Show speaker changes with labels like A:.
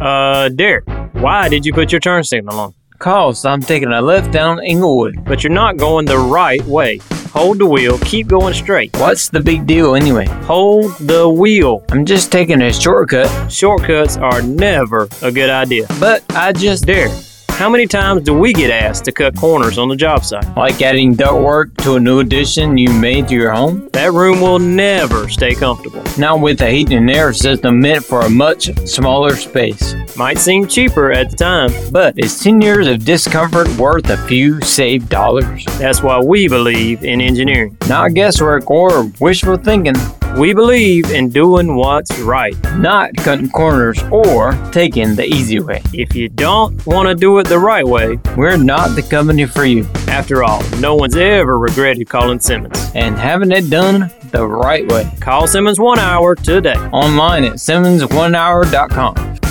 A: Uh, Derek, why did you put your turn signal on?
B: Cause I'm taking a left down Inglewood.
A: But you're not going the right way. Hold the wheel, keep going straight.
B: What's the big deal anyway?
A: Hold the wheel.
B: I'm just taking a shortcut.
A: Shortcuts are never a good idea.
B: But I just
A: Derek, how many times do we get asked to cut corners on the job site?
B: like adding ductwork to a new addition you made to your home.
A: That room will never stay comfortable.
B: Now with a heating and air system meant for a much smaller space.
A: Might seem cheaper at the time.
B: But is 10 years of discomfort worth a few saved dollars?
A: That's why we believe in engineering.
B: Not guesswork or wishful thinking.
A: We believe in doing what's right.
B: Not cutting corners or taking the easy way.
A: If you don't want to do it the right way,
B: We're not the company for you.
A: after all, no one's ever regretted calling Simmons.
B: And having it done the right way.
A: Call Simmons one hour today.
B: Online at SimmonsOneHour.com.